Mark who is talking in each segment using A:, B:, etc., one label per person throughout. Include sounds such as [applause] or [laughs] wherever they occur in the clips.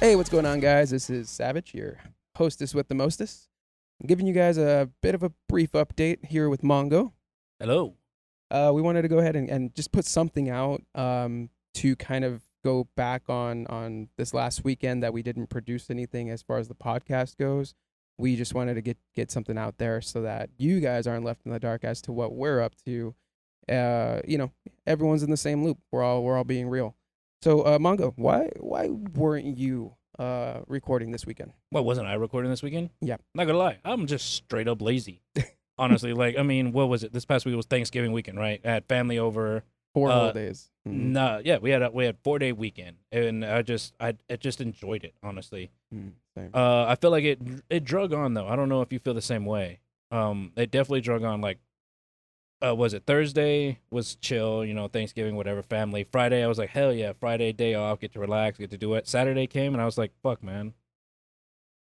A: Hey, what's going on, guys? This is Savage, your hostess with the mostest. I'm giving you guys a bit of a brief update here with Mongo.
B: Hello.
A: Uh, we wanted to go ahead and, and just put something out um, to kind of go back on on this last weekend that we didn't produce anything as far as the podcast goes. We just wanted to get get something out there so that you guys aren't left in the dark as to what we're up to. Uh, you know, everyone's in the same loop. We're all we're all being real. So, uh, Mongo, why why weren't you uh, recording this weekend?
B: What wasn't I recording this weekend?
A: Yeah.
B: Not gonna lie, I'm just straight up lazy. Honestly, like I mean, what was it? This past week was Thanksgiving weekend, right? I had family over.
A: Four
B: Uh,
A: whole days. Mm.
B: Nah, yeah, we had a we had four day weekend, and I just I, I just enjoyed it. Honestly,
A: Mm, same.
B: uh, I feel like it it drug on though. I don't know if you feel the same way. Um, it definitely drug on. Like, uh, was it Thursday? Was chill, you know, Thanksgiving, whatever, family. Friday, I was like, hell yeah, Friday day off, get to relax, get to do it. Saturday came, and I was like, fuck, man,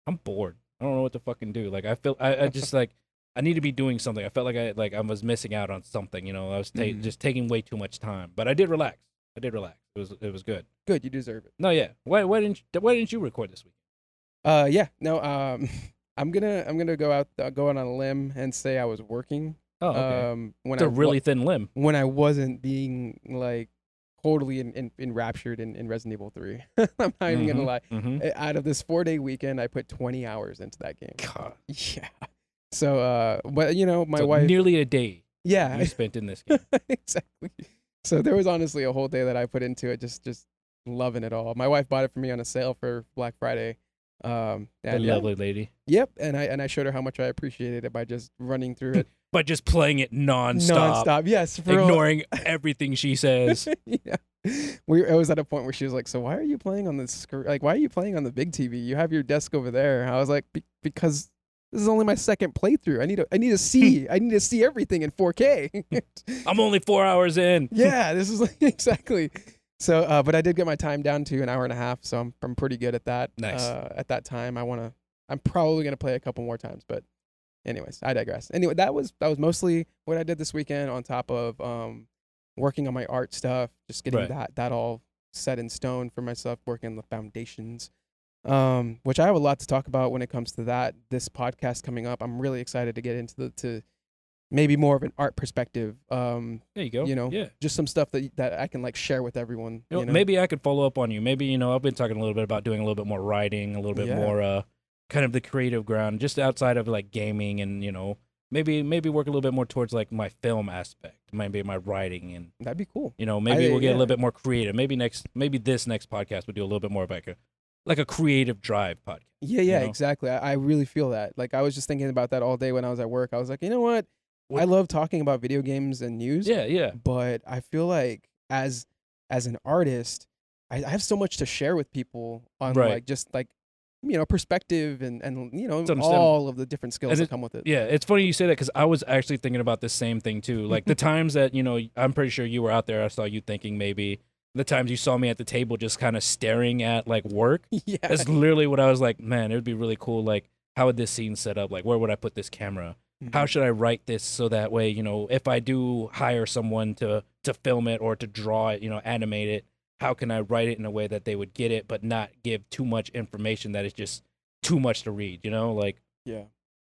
B: I'm bored. I don't know what to fucking do. Like, I feel I, I just like I need to be doing something. I felt like I like I was missing out on something. You know, I was ta-
A: Mhm.
B: just taking way too much time. But I did relax. I did relax. It was it was good.
A: Good, you deserve it.
B: No, yeah. Why why didn't you, why didn't you record this week?
A: Uh, yeah, no. Um, [laughs] I'm gonna I'm gonna go out uh, go out on a limb and say I was working.
B: Oh, okay.
A: Um, when
B: it's
A: I
B: a
A: wa-
B: really thin limb.
A: when I wasn't being like totally in, in, enraptured in, in Resident Evil Three. [laughs] I'm not even gonna
B: Mhm,
A: lie.
B: mhm.
A: Uh, Out of this four day weekend, I put 20 hours into that game.
B: God.
A: [laughs] Yeah. So, uh, but you know, my
B: So
A: wife.
B: Nearly
A: [laughs]
B: a day
A: yeah,
B: you spent
A: [laughs]
B: in this game.
A: exactly. So there was honestly a whole day that I put into it, just just loving it all. My wife bought it for me on a sale for Black Friday. Um,
B: that
A: and yeah,
B: lovely lady.
A: Yep, and I and I showed her how much I appreciated it by just running through it
B: But just playing it nonstop,
A: nonstop. Yes, for real. [laughs]
B: ignoring everything she says.
A: yeah. We I was at a point where she was like, "So why are you playing on the screen? Like, why are you playing on the big TV? You have your desk over there." I was like, "Be- "Because this is only my second playthrough. I need to I need to see I need to see everything in [laughs] 4K."
B: I'm only four hours in. [laughs]
A: yeah, this is [laughs] like, exactly. So, uh, but I did get my time down to an hour and a half, so I'm I'm pretty good at that.
B: Nice.
A: Uh, at that time, I want to. I'm probably gonna play a couple more times, but anyways, I digress. Anyway, that was that was mostly what I did this weekend. On top of um, working on my art stuff, just getting
B: Right.
A: that that all set in stone for myself, working on the foundations. Um, which I have a lot to talk about when it comes to that. This podcast coming up, I'm really excited to get into the to maybe more of an art perspective. Um,
B: There you go.
A: You know,
B: yeah.
A: just some stuff that that I can like share with everyone.
B: You know,
A: you know?
B: Maybe I could follow up on you. Maybe you know I've been talking a little bit about doing a little bit more writing, a little bit
A: Yeah.
B: more uh, kind of the creative ground, just outside of like gaming, and you know maybe maybe work a little bit more towards like my film aspect, maybe my writing, and
A: that'd be cool.
B: you know maybe
A: I-
B: we'll get a
A: yeah.
B: little bit more creative. Maybe next maybe this next podcast we'll do a little bit more of like a like a creative drive podcast.
A: Yeah, yeah,
B: know?
A: exactly. I, I really feel that. Like I was just thinking about that all day when I was at work. I was like, you know what? I
B: What-
A: love talking about video games and news,
B: Yeah, yeah.
A: but I feel like as as an artist, I, I have so much to share with people on
B: Right.
A: like just like you know perspective and and you know
B: It's understandable.
A: all of the different skills
B: And
A: that
B: it-
A: come with it.
B: Yeah, it's funny you say that because I was actually thinking about the same thing too.
A: [laughs]
B: Like the times that you know, I'm pretty sure you were out there. I saw you thinking maybe the times you saw me at the table just kind of staring at like work.
A: [laughs] Yeah,
B: That's literally what I was like. Man, it would be really cool. Like, how would this scene set up? Like, where would I put this camera?
A: Mm-hmm.
B: How should I write this so that way you know, if I do hire someone to to film it or to draw it, you know, animate it, how can I write it in a way that they would get it but not give too much information that is just too much to read? You know, like
A: yeah,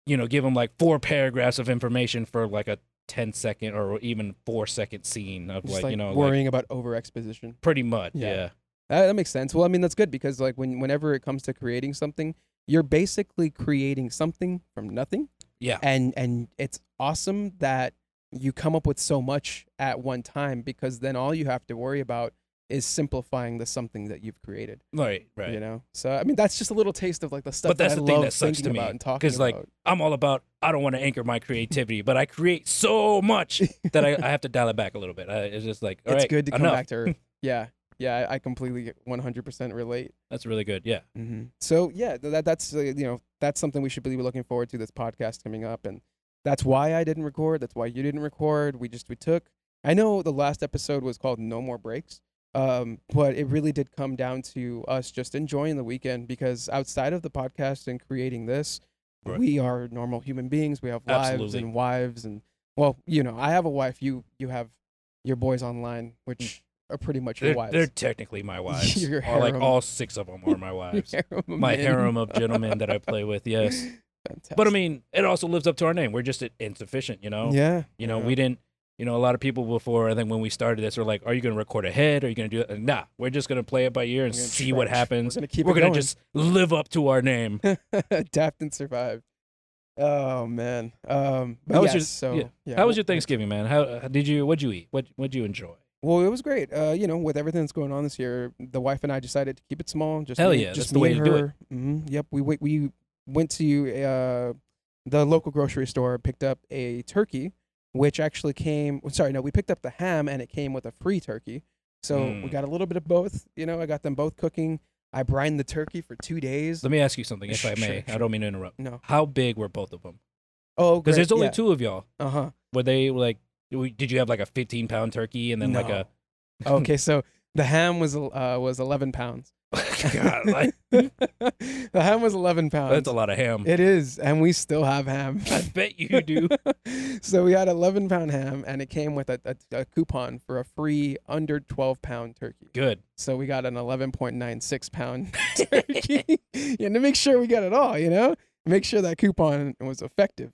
B: you know, give them like four paragraphs of information for like a 10 second or even four second scene of
A: just
B: like,
A: like
B: you know, like
A: worrying about over exposition.
B: pretty much.
A: Yeah.
B: Yeah.
A: That, that makes sense. Well, I mean, that's good because like when whenever it comes to creating something, you're basically creating something from nothing,
B: Yeah.
A: and and it's awesome that you come up with so much at one time because then all you have to worry about is simplifying the something that you've created.
B: Right. Right.
A: You know, so I mean, that's just a little taste of like the stuff.
B: But that's
A: that I
B: the thing
A: love
B: that sucks to
A: thinking
B: me,
A: about and talking
B: 'cause, like,
A: about.
B: I'm all about, I don't want to anchor my creativity, but I create so much that I, I have to dial it back a little bit. I, it's just like, all
A: it's
B: right,
A: good to come
B: enough.
A: back to
B: [laughs]
A: earth. yeah, yeah, I, I completely 100% relate.
B: That's really good. Yeah.
A: Mm-hmm. So yeah, th- that that's uh, you know that's something we should be looking forward to this podcast coming up, and that's why I didn't record. That's why you didn't record. We just we took. I know the last episode was called "No More Breaks," um, but it really did come down to us just enjoying the weekend because outside of the podcast and creating this,
B: Right.
A: we are normal human beings. We have lives
B: Absolutely.
A: and wives, and well, you know, I have a wife. You you have your boys online, which are pretty much your
B: They're,
A: wives.
B: Mm. they're technically
A: [laughs]
B: my wives.
A: Your
B: Or, like
A: harem.
B: all six of them
A: [laughs]
B: are my wives.
A: Harem of
B: my
A: men. [laughs]
B: harem of gentlemen that I play with. Yes,
A: Fantastic.
B: but I mean, it also lives up to our name. We're just i- insufficient, you know.
A: yeah,
B: You know,
A: yeah.
B: we didn't. You know, a lot of people before I think when we started this were like, "Are you going to record ahead? Are you going to do it?" Nah, we're just going to play it by ear and
A: We're gonna
B: see what
A: stretch.
B: happens.
A: We're gonna keep
B: we're
A: it
B: gonna
A: going.
B: just live up to our name.
A: [laughs] adapt and survive. Oh man. Um, but
B: How
A: yes,
B: was your-
A: so
B: yeah,
A: yeah,
B: How was
A: well-
B: your Thanksgiving, man? How uh, did you? What'd you eat? What What'd you enjoy?
A: Well, it was great. Uh, you know, with everything that's going on this year, the wife and I decided to keep it small. Just
B: Hell
A: me-
B: yeah, that's
A: just
B: the
A: me
B: way
A: and
B: to do it.
A: her. hmm Yep, we went- we went to uh, the local grocery store, picked up a turkey, which actually came. oh, Sorry, no, we picked up the ham, and it came with a free turkey. So we
B: Mm.
A: got a little bit of both. You know, I got them both cooking. I brined the turkey for two days.
B: Let me ask you something, if I
A: Sure,
B: may.
A: sure.
B: I don't mean to interrupt.
A: No,
B: How big were both of them?
A: oh,
B: Because there's only two of y'all.
A: Uh huh.
B: Were they like? w- Did you have like a 15 pound turkey and then
A: [laughs]
B: like a? [laughs]
A: okay, so the ham was uh, was eleven pounds.
B: [laughs] God, like,
A: [laughs] the ham was eleven pounds.
B: that's a lot of ham.
A: It is, and we still have ham. [laughs]
B: I bet you do.
A: so we had 11 pound ham, and it came with a, a, a coupon for a free under 12 pound turkey.
B: Good.
A: So we got an 11.96 pound [laughs] turkey, and to make sure we got it all, you know, make sure that coupon was effective.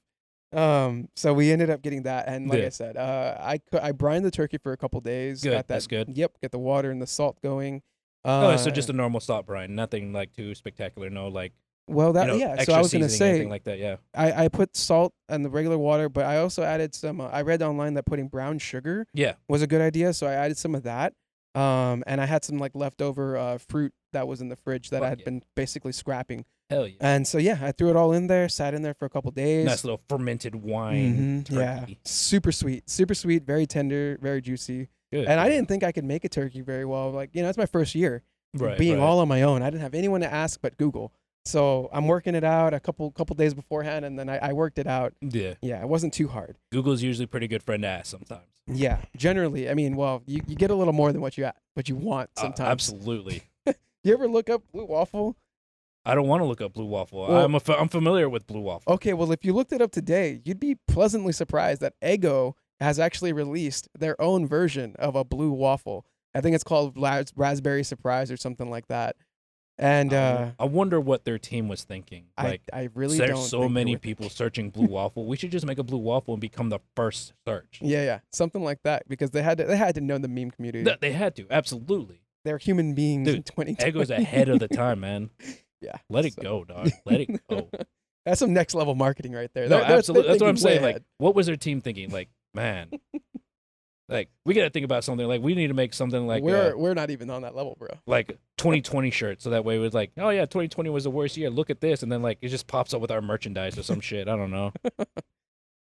A: Um, so we ended up getting that, and like
B: Yeah.
A: I said, uh, I cou- I brined the turkey for a couple days.
B: Good,
A: got that,
B: that's good.
A: Yep, get the water and the salt going.
B: oh, so
A: Uh,
B: just a normal salt brine, nothing like too spectacular. No, like
A: well, that
B: you know,
A: yeah. So
B: extra
A: I was gonna
B: seasoning,
A: say,
B: anything like that. Yeah.
A: I, I put salt and the regular water, but I also added some. Uh, I read online that putting brown sugar
B: Yeah.
A: was a good idea, so I added some of that. Um, and I had some like leftover uh, fruit that was in the fridge that I
B: Fuck
A: had
B: yeah.
A: been basically scrapping.
B: Hell yeah.
A: And so yeah, I threw it all in there, sat in there for a couple days.
B: Nice little fermented wine.
A: Mhm, yeah,
B: turkey.
A: super sweet, super sweet, very tender, very juicy.
B: Good.
A: And I
B: good.
A: didn't think I could make a turkey very well. Like you know, it's my first year
B: right,
A: being
B: right.
A: all on my own. I didn't have anyone to ask but Google. So I'm working it out a couple couple days beforehand, and then I, I worked it out.
B: Yeah.
A: Yeah, it wasn't too hard.
B: Google's usually a pretty good friend to ask sometimes.
A: Yeah, generally, I mean, well, you, you get a little more than what you a- what you want
B: Uh,
A: sometimes.
B: absolutely.
A: You ever look up blue waffle?
B: I don't want to look up blue waffle.
A: Well-
B: I'm a, fa- I'm familiar with blue waffle.
A: Okay, well, if you looked it up today, you'd be pleasantly surprised that Eggo has actually released their own version of a blue waffle. I think it's called Ras- Raspberry Surprise or something like that. And
B: I
A: uh,
B: won- I wonder what their team was thinking. Oh, Like,
A: I, I really
B: there's
A: don't
B: so
A: think they
B: many
A: would-
B: people searching blue waffle. We should just make a blue waffle and become the first search.
A: [laughs] Yeah, yeah, something like that because they had to, they had to know the meme community.
B: Th- they had to absolutely.
A: They're human beings. in
B: Dude,
A: 2020.
B: Eggo's
A: [laughs]
B: ahead of the time, man.
A: Yeah,
B: Let it
A: [laughs] so-
B: go, dog. Let it go.
A: That's some next level marketing right there. [laughs]
B: No,
A: They're- they're-
B: absolutely.
A: they're
B: That's what I'm
A: thinking way
B: saying.
A: ahead.
B: Like, what was their team thinking? Like,
A: [laughs]
B: man, like we got to think about something. Like, we need to make something like
A: we're
B: uh,
A: we're not even on that level, bro.
B: like 2020 shirt, so that way it was like, oh yeah, 2020 was the worst year. Look at this, and then like it just pops up with our merchandise
A: [laughs]
B: or some shit. I don't know.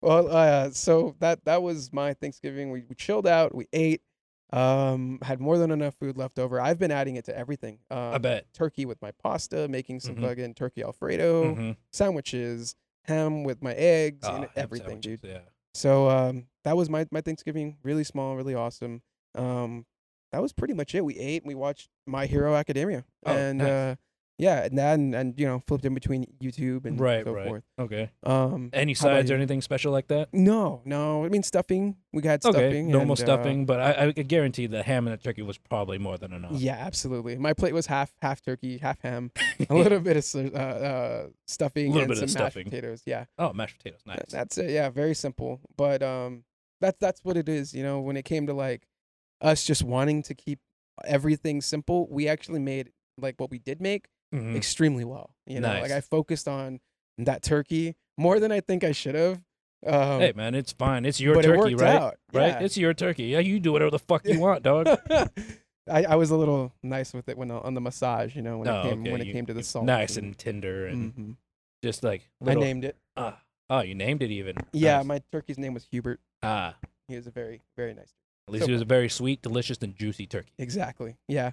A: Well, uh, so that that was my Thanksgiving. We, we chilled out, we ate, um, had more than enough food left over. I've been adding it to everything. Um,
B: I bet.
A: turkey with my pasta, making some
B: Mhm.
A: fucking turkey alfredo,
B: Mhm.
A: sandwiches, ham with my eggs,
B: Ah,
A: and
B: ham
A: everything, dude.
B: sandwiches, Yeah.
A: So um, that was my my Thanksgiving. Really small, really awesome. Um, that was pretty much it. We ate. We watched My Hero Academia,
B: Oh,
A: and
B: nice.
A: uh, yeah, and then and you know flipped in between YouTube and
B: Right,
A: so
B: right.
A: forth.
B: Okay.
A: Um,
B: Any
A: How about
B: sides or
A: you?
B: anything special like that?
A: no, no. I mean stuffing. We had
B: Okay,
A: stuffing.
B: normal
A: and, uh,
B: stuffing, but I, I could guarantee the ham and the turkey was probably more than enough.
A: yeah, absolutely. My plate was half half turkey, half
B: [laughs]
A: ham, a little bit of s- uh, uh, stuffing,
B: Little
A: and
B: bit
A: some
B: of
A: mashed
B: stuffing.
A: potatoes. Yeah,
B: Oh, mashed potatoes, nice.
A: th- that's it. Yeah, very simple. But um, that's that's what it is. You know, when it came to like us just wanting to keep everything simple, we actually made like what we did make
B: Mhm.
A: extremely well. You know, like
B: Nice.
A: I focused on that turkey more than I think I should have. Um,
B: Hey man, it's fine. It's your
A: but it
B: turkey,
A: worked
B: right?
A: out.
B: Right?
A: yeah.
B: It's your turkey. Yeah, you do whatever the fuck you want, dog.
A: [laughs] I, I was a little nice with it when on the massage, you know, when
B: Oh,
A: it came
B: okay,
A: when it
B: you-
A: came to the
B: you-
A: salt.
B: Nice and tender and
A: Mhm.
B: just like
A: I
B: little,
A: named it.
B: ah. oh, you named it even.
A: Yeah,
B: Nice.
A: my turkey's name was Hubert.
B: ah,
A: He was a very very nice.
B: at least
A: so-
B: it was a very sweet, delicious, and juicy turkey.
A: Exactly. Yeah.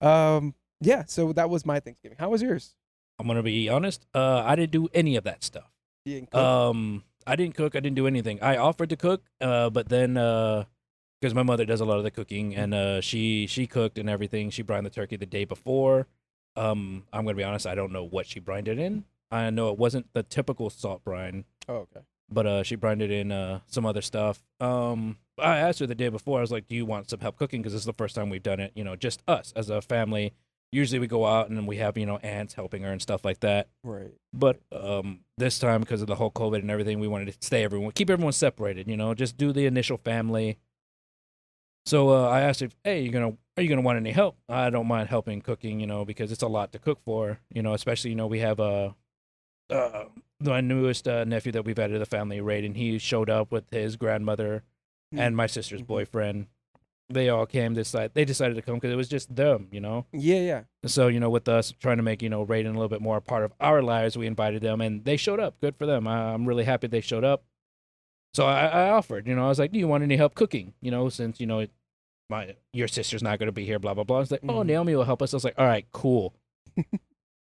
A: Um. Yeah. So that was my Thanksgiving. How was yours?
B: I'm gonna be honest. Uh, I didn't do any of that stuff.
A: You didn't cook?
B: Um, I didn't cook. I didn't do anything. I offered to cook, uh, but then because my mother does a lot of the cooking, and uh, she she cooked and everything. She brined the turkey the day before. Um, I'm gonna be honest. I don't know what she brined it in. I know it wasn't the typical salt brine.
A: oh, okay.
B: but uh, she blended in uh, some other stuff. Um, I asked her the day before. I was like, "Do you want some help cooking? Because this is the first time we've done it. You know, just us as a family. Usually we go out and we have you know aunts helping her and stuff like that.
A: Right.
B: But um, this time, because of the whole COVID and everything, we wanted to stay everyone, keep everyone separated. You know, just do the initial family. So uh, I asked her, "Hey, you gonna are you gonna want any help? I don't mind helping cooking, you know, because it's a lot to cook for. You know, especially you know we have uh, uh my newest uh, nephew that we've added to the family, Raiden. He showed up with his grandmother
A: Hmm.
B: and my sister's
A: Mhm.
B: boyfriend. They all came. This side, they decided to come because it was just them, you know.
A: Yeah, yeah.
B: [laughs]
A: [laughs]
B: So, you know, with us trying to make, you know, Raiden a little bit more a part of our lives, we invited them and they showed up. Good for them. I, I'm really happy they showed up. So I, I offered, you know, I was like, do you want any help cooking? You know, since, you know, it, my, your sister's not going to be here, blah, blah, blah. It's like, oh,
A: Mhm.
B: Naomi will help us. I was like, all right, cool.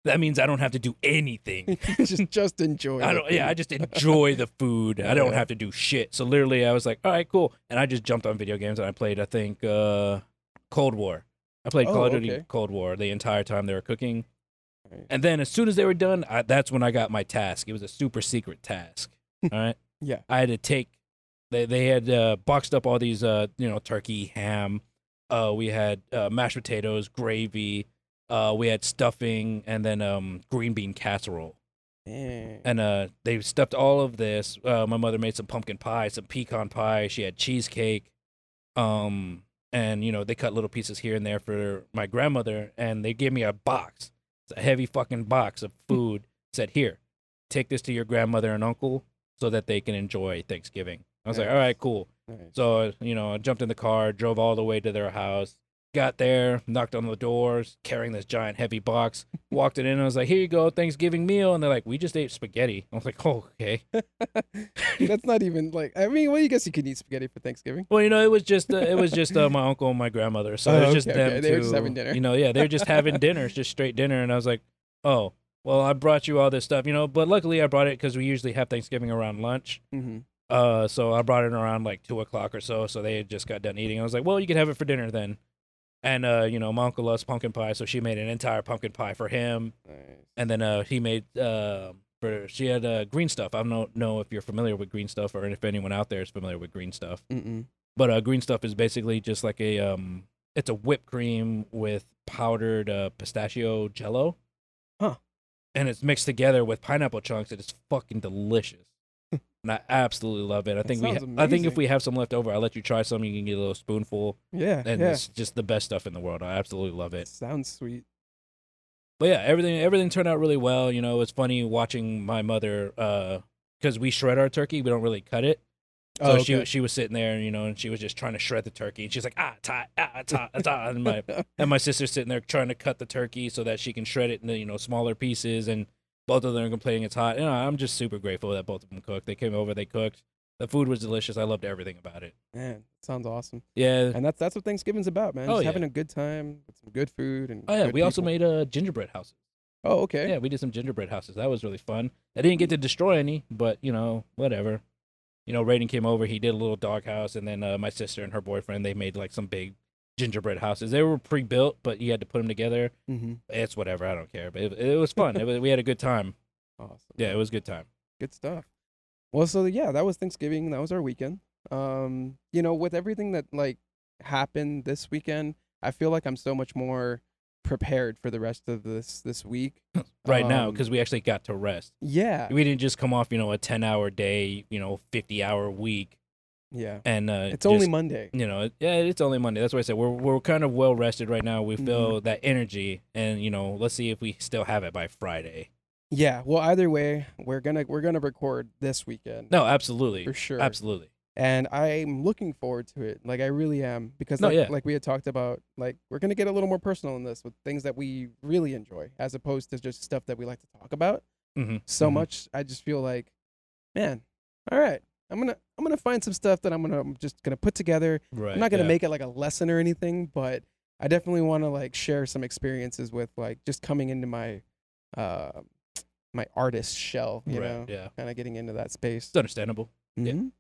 B: that means I don't have to do anything.
A: just just enjoy.
B: I
A: it.
B: don't, yeah, I just
A: [laughs]
B: enjoy the food. I don't have to do shit. So literally I was like, all right, cool. And I just jumped on video games and I played, I think, uh, Cold War. I played
A: Oh,
B: Call of Duty
A: okay.
B: Cold War the entire time they were cooking.
A: Right.
B: And then as soon as they were done, I, that's when I got my task. It was a super secret task. All right.
A: [laughs] Yeah.
B: I had to take. They they had uh, boxed up all these uh you know turkey ham, uh we had uh, mashed potatoes gravy, uh we had stuffing and then um green bean casserole [laughs]
A: Dang.
B: and uh they stuffed all of this. Uh, my mother made some pumpkin pie, some pecan pie. She had cheesecake, um and you know they cut little pieces here and there for my grandmother and they gave me a box it's a heavy fucking box of food said here take this to your grandmother and uncle so that they can enjoy thanksgiving i was like
A: Nice.
B: all right cool
A: Nice.
B: so you know i jumped in the car drove all the way to their house got there knocked on the doors carrying this giant
A: [laughs]
B: heavy box walked it in and i was like here you go thanksgiving meal and they're like we just ate spaghetti i was like [laughs] oh, okay
A: That's not even like. I mean, well, you guess you could eat spaghetti for Thanksgiving.
B: Well, you know, it was just uh, it was just uh, my uncle and my grandmother, so
A: Oh,
B: it was just
A: okay,
B: them
A: okay. They were just
B: two,
A: having dinner.
B: You know, yeah, they're just having
A: [laughs]
B: dinner, it's just straight dinner, and I was like, oh, well, I brought you all this stuff, you know, but luckily I brought it because we usually have Thanksgiving around lunch,
A: Mm-hmm.
B: uh, so I brought it around like two o'clock or so, so they had just got done eating. I was like, well, you can have it for dinner then, and uh, you know, my uncle loves pumpkin pie, so she made an entire pumpkin pie for him,
A: Nice.
B: and then uh, he made uh, for she had uh, green stuff. I don't know if you're familiar with green stuff or if anyone out there is familiar with green stuff.
A: Mm-mm.
B: But uh, green stuff is basically just like a um, it's a whipped cream with powdered uh, pistachio jello.
A: Huh.
B: And it's mixed together with pineapple chunks. and It is fucking
A: [laughs]
B: delicious. and I absolutely love it. I
A: That
B: think we
A: sounds
B: ha- I think if
A: amazing.
B: we have some left over, I'll let you try some. You can get a little spoonful.
A: Yeah.
B: And
A: yeah.
B: it's just the best stuff in the world. I absolutely love it.
A: Sounds sweet.
B: But yeah, everything everything turned out really well. You know, it was funny watching my mother because we shred our turkey. We don't really cut it. So
A: Oh,
B: she
A: okay.
B: she was sitting there, you know, and she was just trying to shred the turkey, and she's like, ah, ta, ah, ta, ah, ta, and
A: [laughs]
B: my and my sister's sitting there trying to cut the turkey so that she can shred it into you know smaller pieces, and both of them are complaining it's hot. And I'm just super grateful that both of them cooked. They came over, they cooked. The food was delicious. I loved everything about it.
A: man, sounds awesome.
B: Yeah.
A: And that's that's what Thanksgiving's about, man.
B: Oh,
A: just
B: yeah.
A: having a good time with some good food and.
B: Oh yeah, we
A: good
B: also
A: people.
B: made uh, gingerbread houses.
A: Oh okay.
B: Yeah, we did some gingerbread houses. That was really fun. I didn't get to destroy any, but you know, whatever. You know, Raiden came over. He did a little dog house, and then uh, my sister and her boyfriend they made like some big gingerbread houses. They were pre-built, but you had to put them together.
A: Mm-hmm.
B: It's whatever. I don't care. But it, it was fun. it was, we had a good time.
A: Awesome.
B: Yeah, it was a good time.
A: good stuff well so yeah that was thanksgiving that was our weekend um you know with everything that like happened this weekend i feel like i'm so much more prepared for the rest of this this week
B: [laughs] Right now,
A: Um,
B: because we actually got to rest.
A: yeah
B: We didn't just come off, you know, a ten-hour day, you know, fifty-hour week,
A: yeah
B: and uh,
A: it's only
B: just-
A: monday
B: you know, it- yeah, it's only Monday. That's why I said we're we're kind of well rested right now. We feel
A: Mm-hmm.
B: that energy, and you know, let's see if we still have it by Friday.
A: yeah well either way we're gonna we're gonna record this weekend
B: No, absolutely,
A: for sure
B: absolutely.
A: and i'm looking forward to it like i really am because
B: No,
A: like,
B: yeah.
A: like we had talked about like we're gonna get a little more personal in this with things that we really enjoy as opposed to just stuff that we like to talk about
B: Mm-hmm.
A: so much i just feel like man all right i'm gonna i'm gonna find some stuff that i'm gonna i'm just gonna put together
B: Right.
A: i'm not gonna
B: yeah.
A: make it like a lesson or anything but i definitely want to like share some experiences with like just coming into my uh my artist shell you
B: right,
A: know
B: Yeah,
A: kind of getting into that space
B: it's understandable. yeah.
A: Mhm.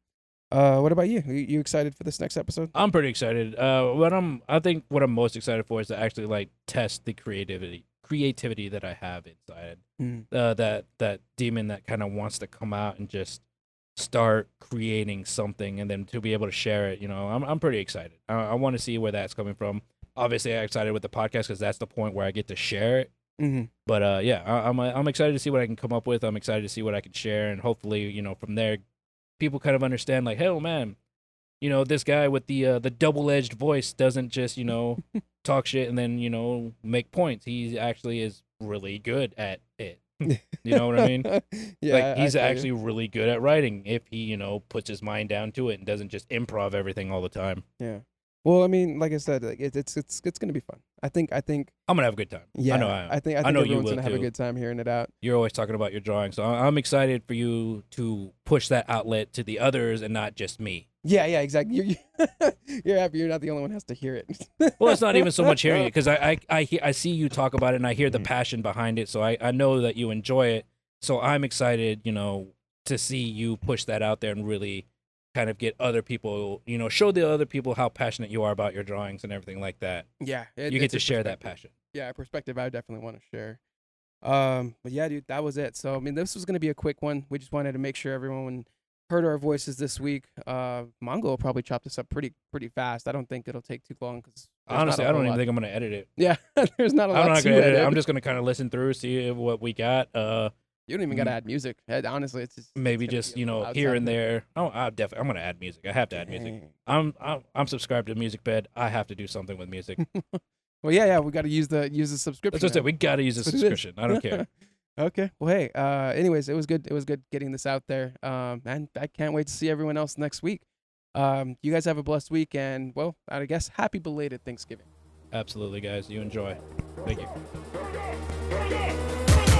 A: uh what about you? you you excited for this next episode
B: I'm pretty excited. Uh, what I'm, I think, what I'm most excited for is to actually like test the creativity, creativity that I have inside.
A: Mm.
B: Uh, that that demon that kind of wants to come out and just start creating something and then to be able to share it. You know, I'm I'm pretty excited. I, I want to see where that's coming from. Obviously, I'm excited with the podcast because that's the point where I get to share it.
A: hmm
B: But uh, yeah, I, I'm I'm excited to see what I can come up with. I'm excited to see what I can share, and hopefully, you know, from there, people kind of understand like, hell, man, you know, this guy with the uh, the double edged voice doesn't just
A: [laughs]
B: you know talk shit and then you know make points. He actually is really good at
A: [laughs]
B: it. you know what I mean?
A: yeah.
B: like
A: I-
B: he's
A: I feel you.
B: actually really good at writing if he you know puts his mind down to it and doesn't just improv everything all the time.
A: Yeah. Well, I mean, like I said, like it, it's it's it's gonna be fun. I think I think
B: I'm gonna have a good time.
A: yeah.
B: I know I am.
A: think I think
B: know you
A: everyone's
B: will
A: gonna have a
B: too.
A: good time hearing it out.
B: you're always talking about your drawing, so I- I'm excited for you to push that outlet to the others and not just me.
A: Yeah, yeah, exactly. You're, you're, [laughs] you're happy. You're not the only one who has to hear it.
B: Well, it's not even so
A: [laughs]
B: much hearing it because I I I, hear, I see you talk about it and I hear
A: Mm-hmm.
B: the passion behind it, so I I know that you enjoy it. So I'm excited, you know, to see you push that out there and really kind of get other people, you know, show the other people how passionate you are about your drawings and everything like that.
A: yeah, it-
B: you get
A: it's
B: to
A: a
B: share that
A: perspective.
B: passion.
A: yeah, a perspective I definitely want to share. Um, but yeah, dude, that was it. So I mean, this was gonna be a quick one. We just wanted to make sure everyone heard our voices this week. Uh, Mongo will probably chop this up pretty pretty fast. I don't think it'll take too long because
B: Honestly, I don't even think I'm gonna edit it.
A: Yeah, [laughs] there's not a lot
B: I'm not
A: to
B: gonna edit it.
A: edit.
B: I'm just gonna kind of listen through, see what we got. Uh,
A: you don't even gotta add music. Uh, Honestly, it's just, it's
B: maybe
A: gonna be
B: just
A: a
B: you
A: little
B: know
A: outside
B: here
A: of
B: and
A: the- [laughs]
B: there. Oh, I definitely I'm gonna add music. I have to add music. I'm I'm, I'm subscribed to Music Bed. I have to do something
A: [laughs]
B: with music.
A: Well, yeah, yeah, we got to use the use the subscription.
B: That's just
A: now.
B: it. We gotta use a
A: That's what it is.
B: subscription. I
A: [laughs]
B: don't care.
A: okay. Well, hey. Uh, anyways, it was good. It was good getting this out there. Um, and I can't wait to see everyone else next week. Um, you guys have a blessed week, and well, I guess happy belated Thanksgiving.
B: Absolutely, guys. You enjoy. Thank you.
C: Bring it! Bring it! Bring it!